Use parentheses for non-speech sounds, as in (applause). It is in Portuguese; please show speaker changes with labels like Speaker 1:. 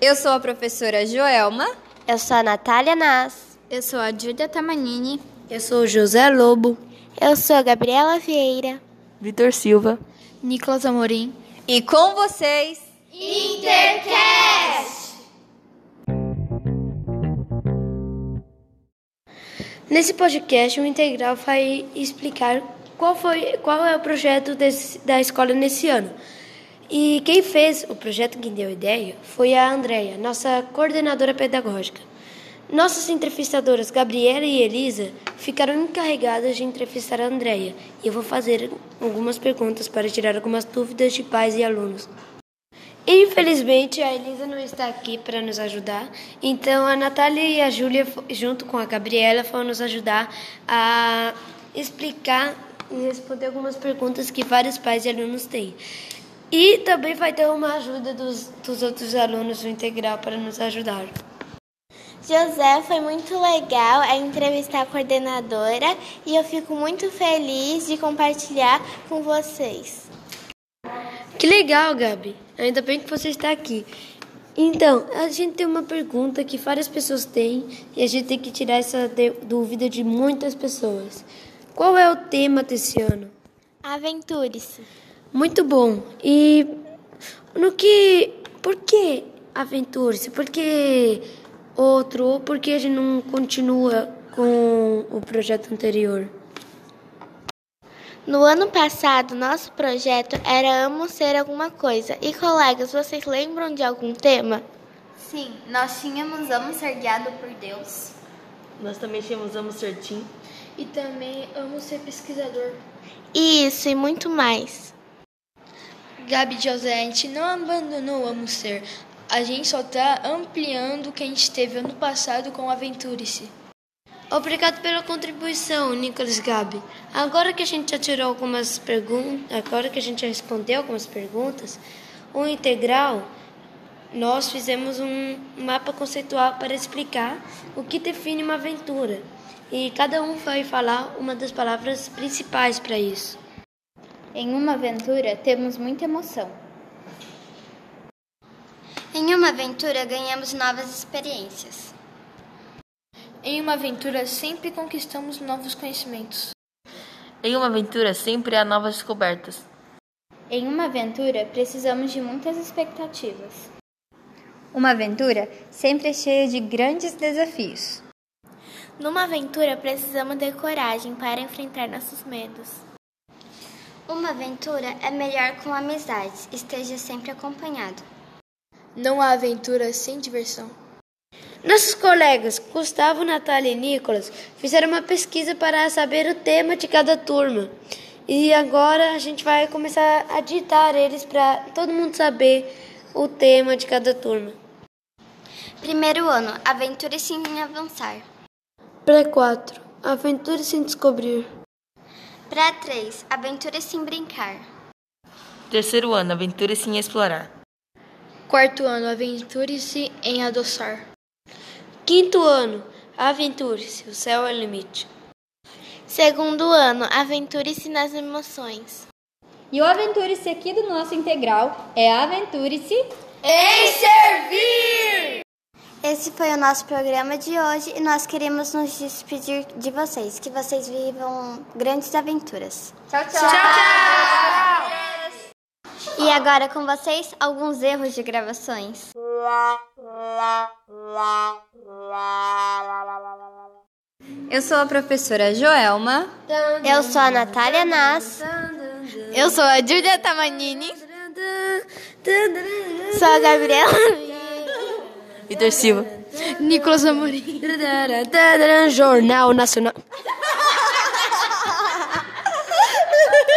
Speaker 1: Eu sou a professora Joelma.
Speaker 2: Eu sou a Natália Nas.
Speaker 3: Eu sou a Júlia Tamanini.
Speaker 4: Eu sou o José Lobo.
Speaker 5: Eu sou a Gabriela Vieira.
Speaker 6: Vitor Silva.
Speaker 7: Nicolas Amorim.
Speaker 1: E com vocês,
Speaker 8: Intercast!
Speaker 9: Nesse podcast, o Integral vai explicar qual, foi, qual é o projeto desse, da escola nesse ano. E quem fez o projeto, quem deu ideia, foi a Andrea, nossa coordenadora pedagógica. Nossas entrevistadoras Gabriela e Elisa ficaram encarregadas de entrevistar a Andrea e eu vou fazer algumas perguntas para tirar algumas dúvidas de pais e alunos. Infelizmente, a Elisa não está aqui para nos ajudar, então a Natália e a Júlia, junto com a Gabriela, foram nos ajudar a explicar e responder algumas perguntas que vários pais e alunos têm. E também vai ter uma ajuda dos, dos outros alunos do integral para nos ajudar.
Speaker 5: José, foi muito legal a entrevistar a coordenadora e eu fico muito feliz de compartilhar com vocês.
Speaker 9: Que legal, Gabi. Ainda bem que você está aqui. Então, a gente tem uma pergunta que várias pessoas têm e a gente tem que tirar essa dúvida de muitas pessoas. Qual é o tema desse ano?
Speaker 5: Aventure-se.
Speaker 9: Muito bom. E no que. Por que aventure-se? Por que outro? Por que a gente não continua com o projeto anterior?
Speaker 5: No ano passado, nosso projeto era Amo Ser Alguma Coisa. E colegas, vocês lembram de algum tema?
Speaker 3: Sim, nós tínhamos Amo Ser Guiado por Deus.
Speaker 6: Nós também tínhamos Amo Ser Tim.
Speaker 10: E também Amo Ser Pesquisador.
Speaker 5: Isso e muito mais.
Speaker 7: Gabi José, a gente não abandonou Amo Ser. A gente só está ampliando o que a gente teve ano passado com Aventure-se.
Speaker 9: Obrigado pela contribuição, Nicolas Gabi. Agora que a gente já tirou algumas perguntas, agora que a gente já respondeu algumas perguntas, o integral nós fizemos um mapa conceitual para explicar o que define uma aventura. E cada um vai falar uma das palavras principais para isso.
Speaker 3: Em uma aventura temos muita emoção.
Speaker 2: Em uma aventura ganhamos novas experiências.
Speaker 7: Em uma aventura sempre conquistamos novos conhecimentos.
Speaker 6: Em uma aventura sempre há novas descobertas.
Speaker 3: Em uma aventura precisamos de muitas expectativas.
Speaker 1: Uma aventura sempre é cheia de grandes desafios.
Speaker 5: Numa aventura precisamos de coragem para enfrentar nossos medos.
Speaker 2: Uma aventura é melhor com amizades, esteja sempre acompanhado.
Speaker 7: Não há aventura sem diversão.
Speaker 9: Nossos colegas Gustavo, Natália e Nicolas fizeram uma pesquisa para saber o tema de cada turma. E agora a gente vai começar a ditar eles para todo mundo saber o tema de cada turma.
Speaker 2: Primeiro ano, aventure-se em avançar.
Speaker 4: Pré 4, aventure-se em descobrir.
Speaker 2: Pré 3, aventure-se em brincar.
Speaker 6: Terceiro ano, aventure-se em explorar.
Speaker 7: Quarto ano, aventure-se em adoçar.
Speaker 9: Quinto ano, aventure-se, o céu é o limite.
Speaker 5: Segundo ano, aventure-se nas emoções.
Speaker 1: E o aventure-se aqui do nosso integral é aventure-se
Speaker 8: em servir!
Speaker 2: Esse foi o nosso programa de hoje e nós queremos nos despedir de vocês. Que vocês vivam grandes aventuras.
Speaker 8: Tchau, tchau! tchau, tchau.
Speaker 2: E agora com vocês, alguns erros de gravações.
Speaker 1: Eu sou a professora Joelma.
Speaker 2: Eu sou a Natália Nas.
Speaker 3: Eu sou a Júlia Tamanini.
Speaker 5: Sou a Gabriela.
Speaker 6: Vitor Silva.
Speaker 9: (laughs)
Speaker 7: Nicolas Amorim.
Speaker 4: Jornal Nacional.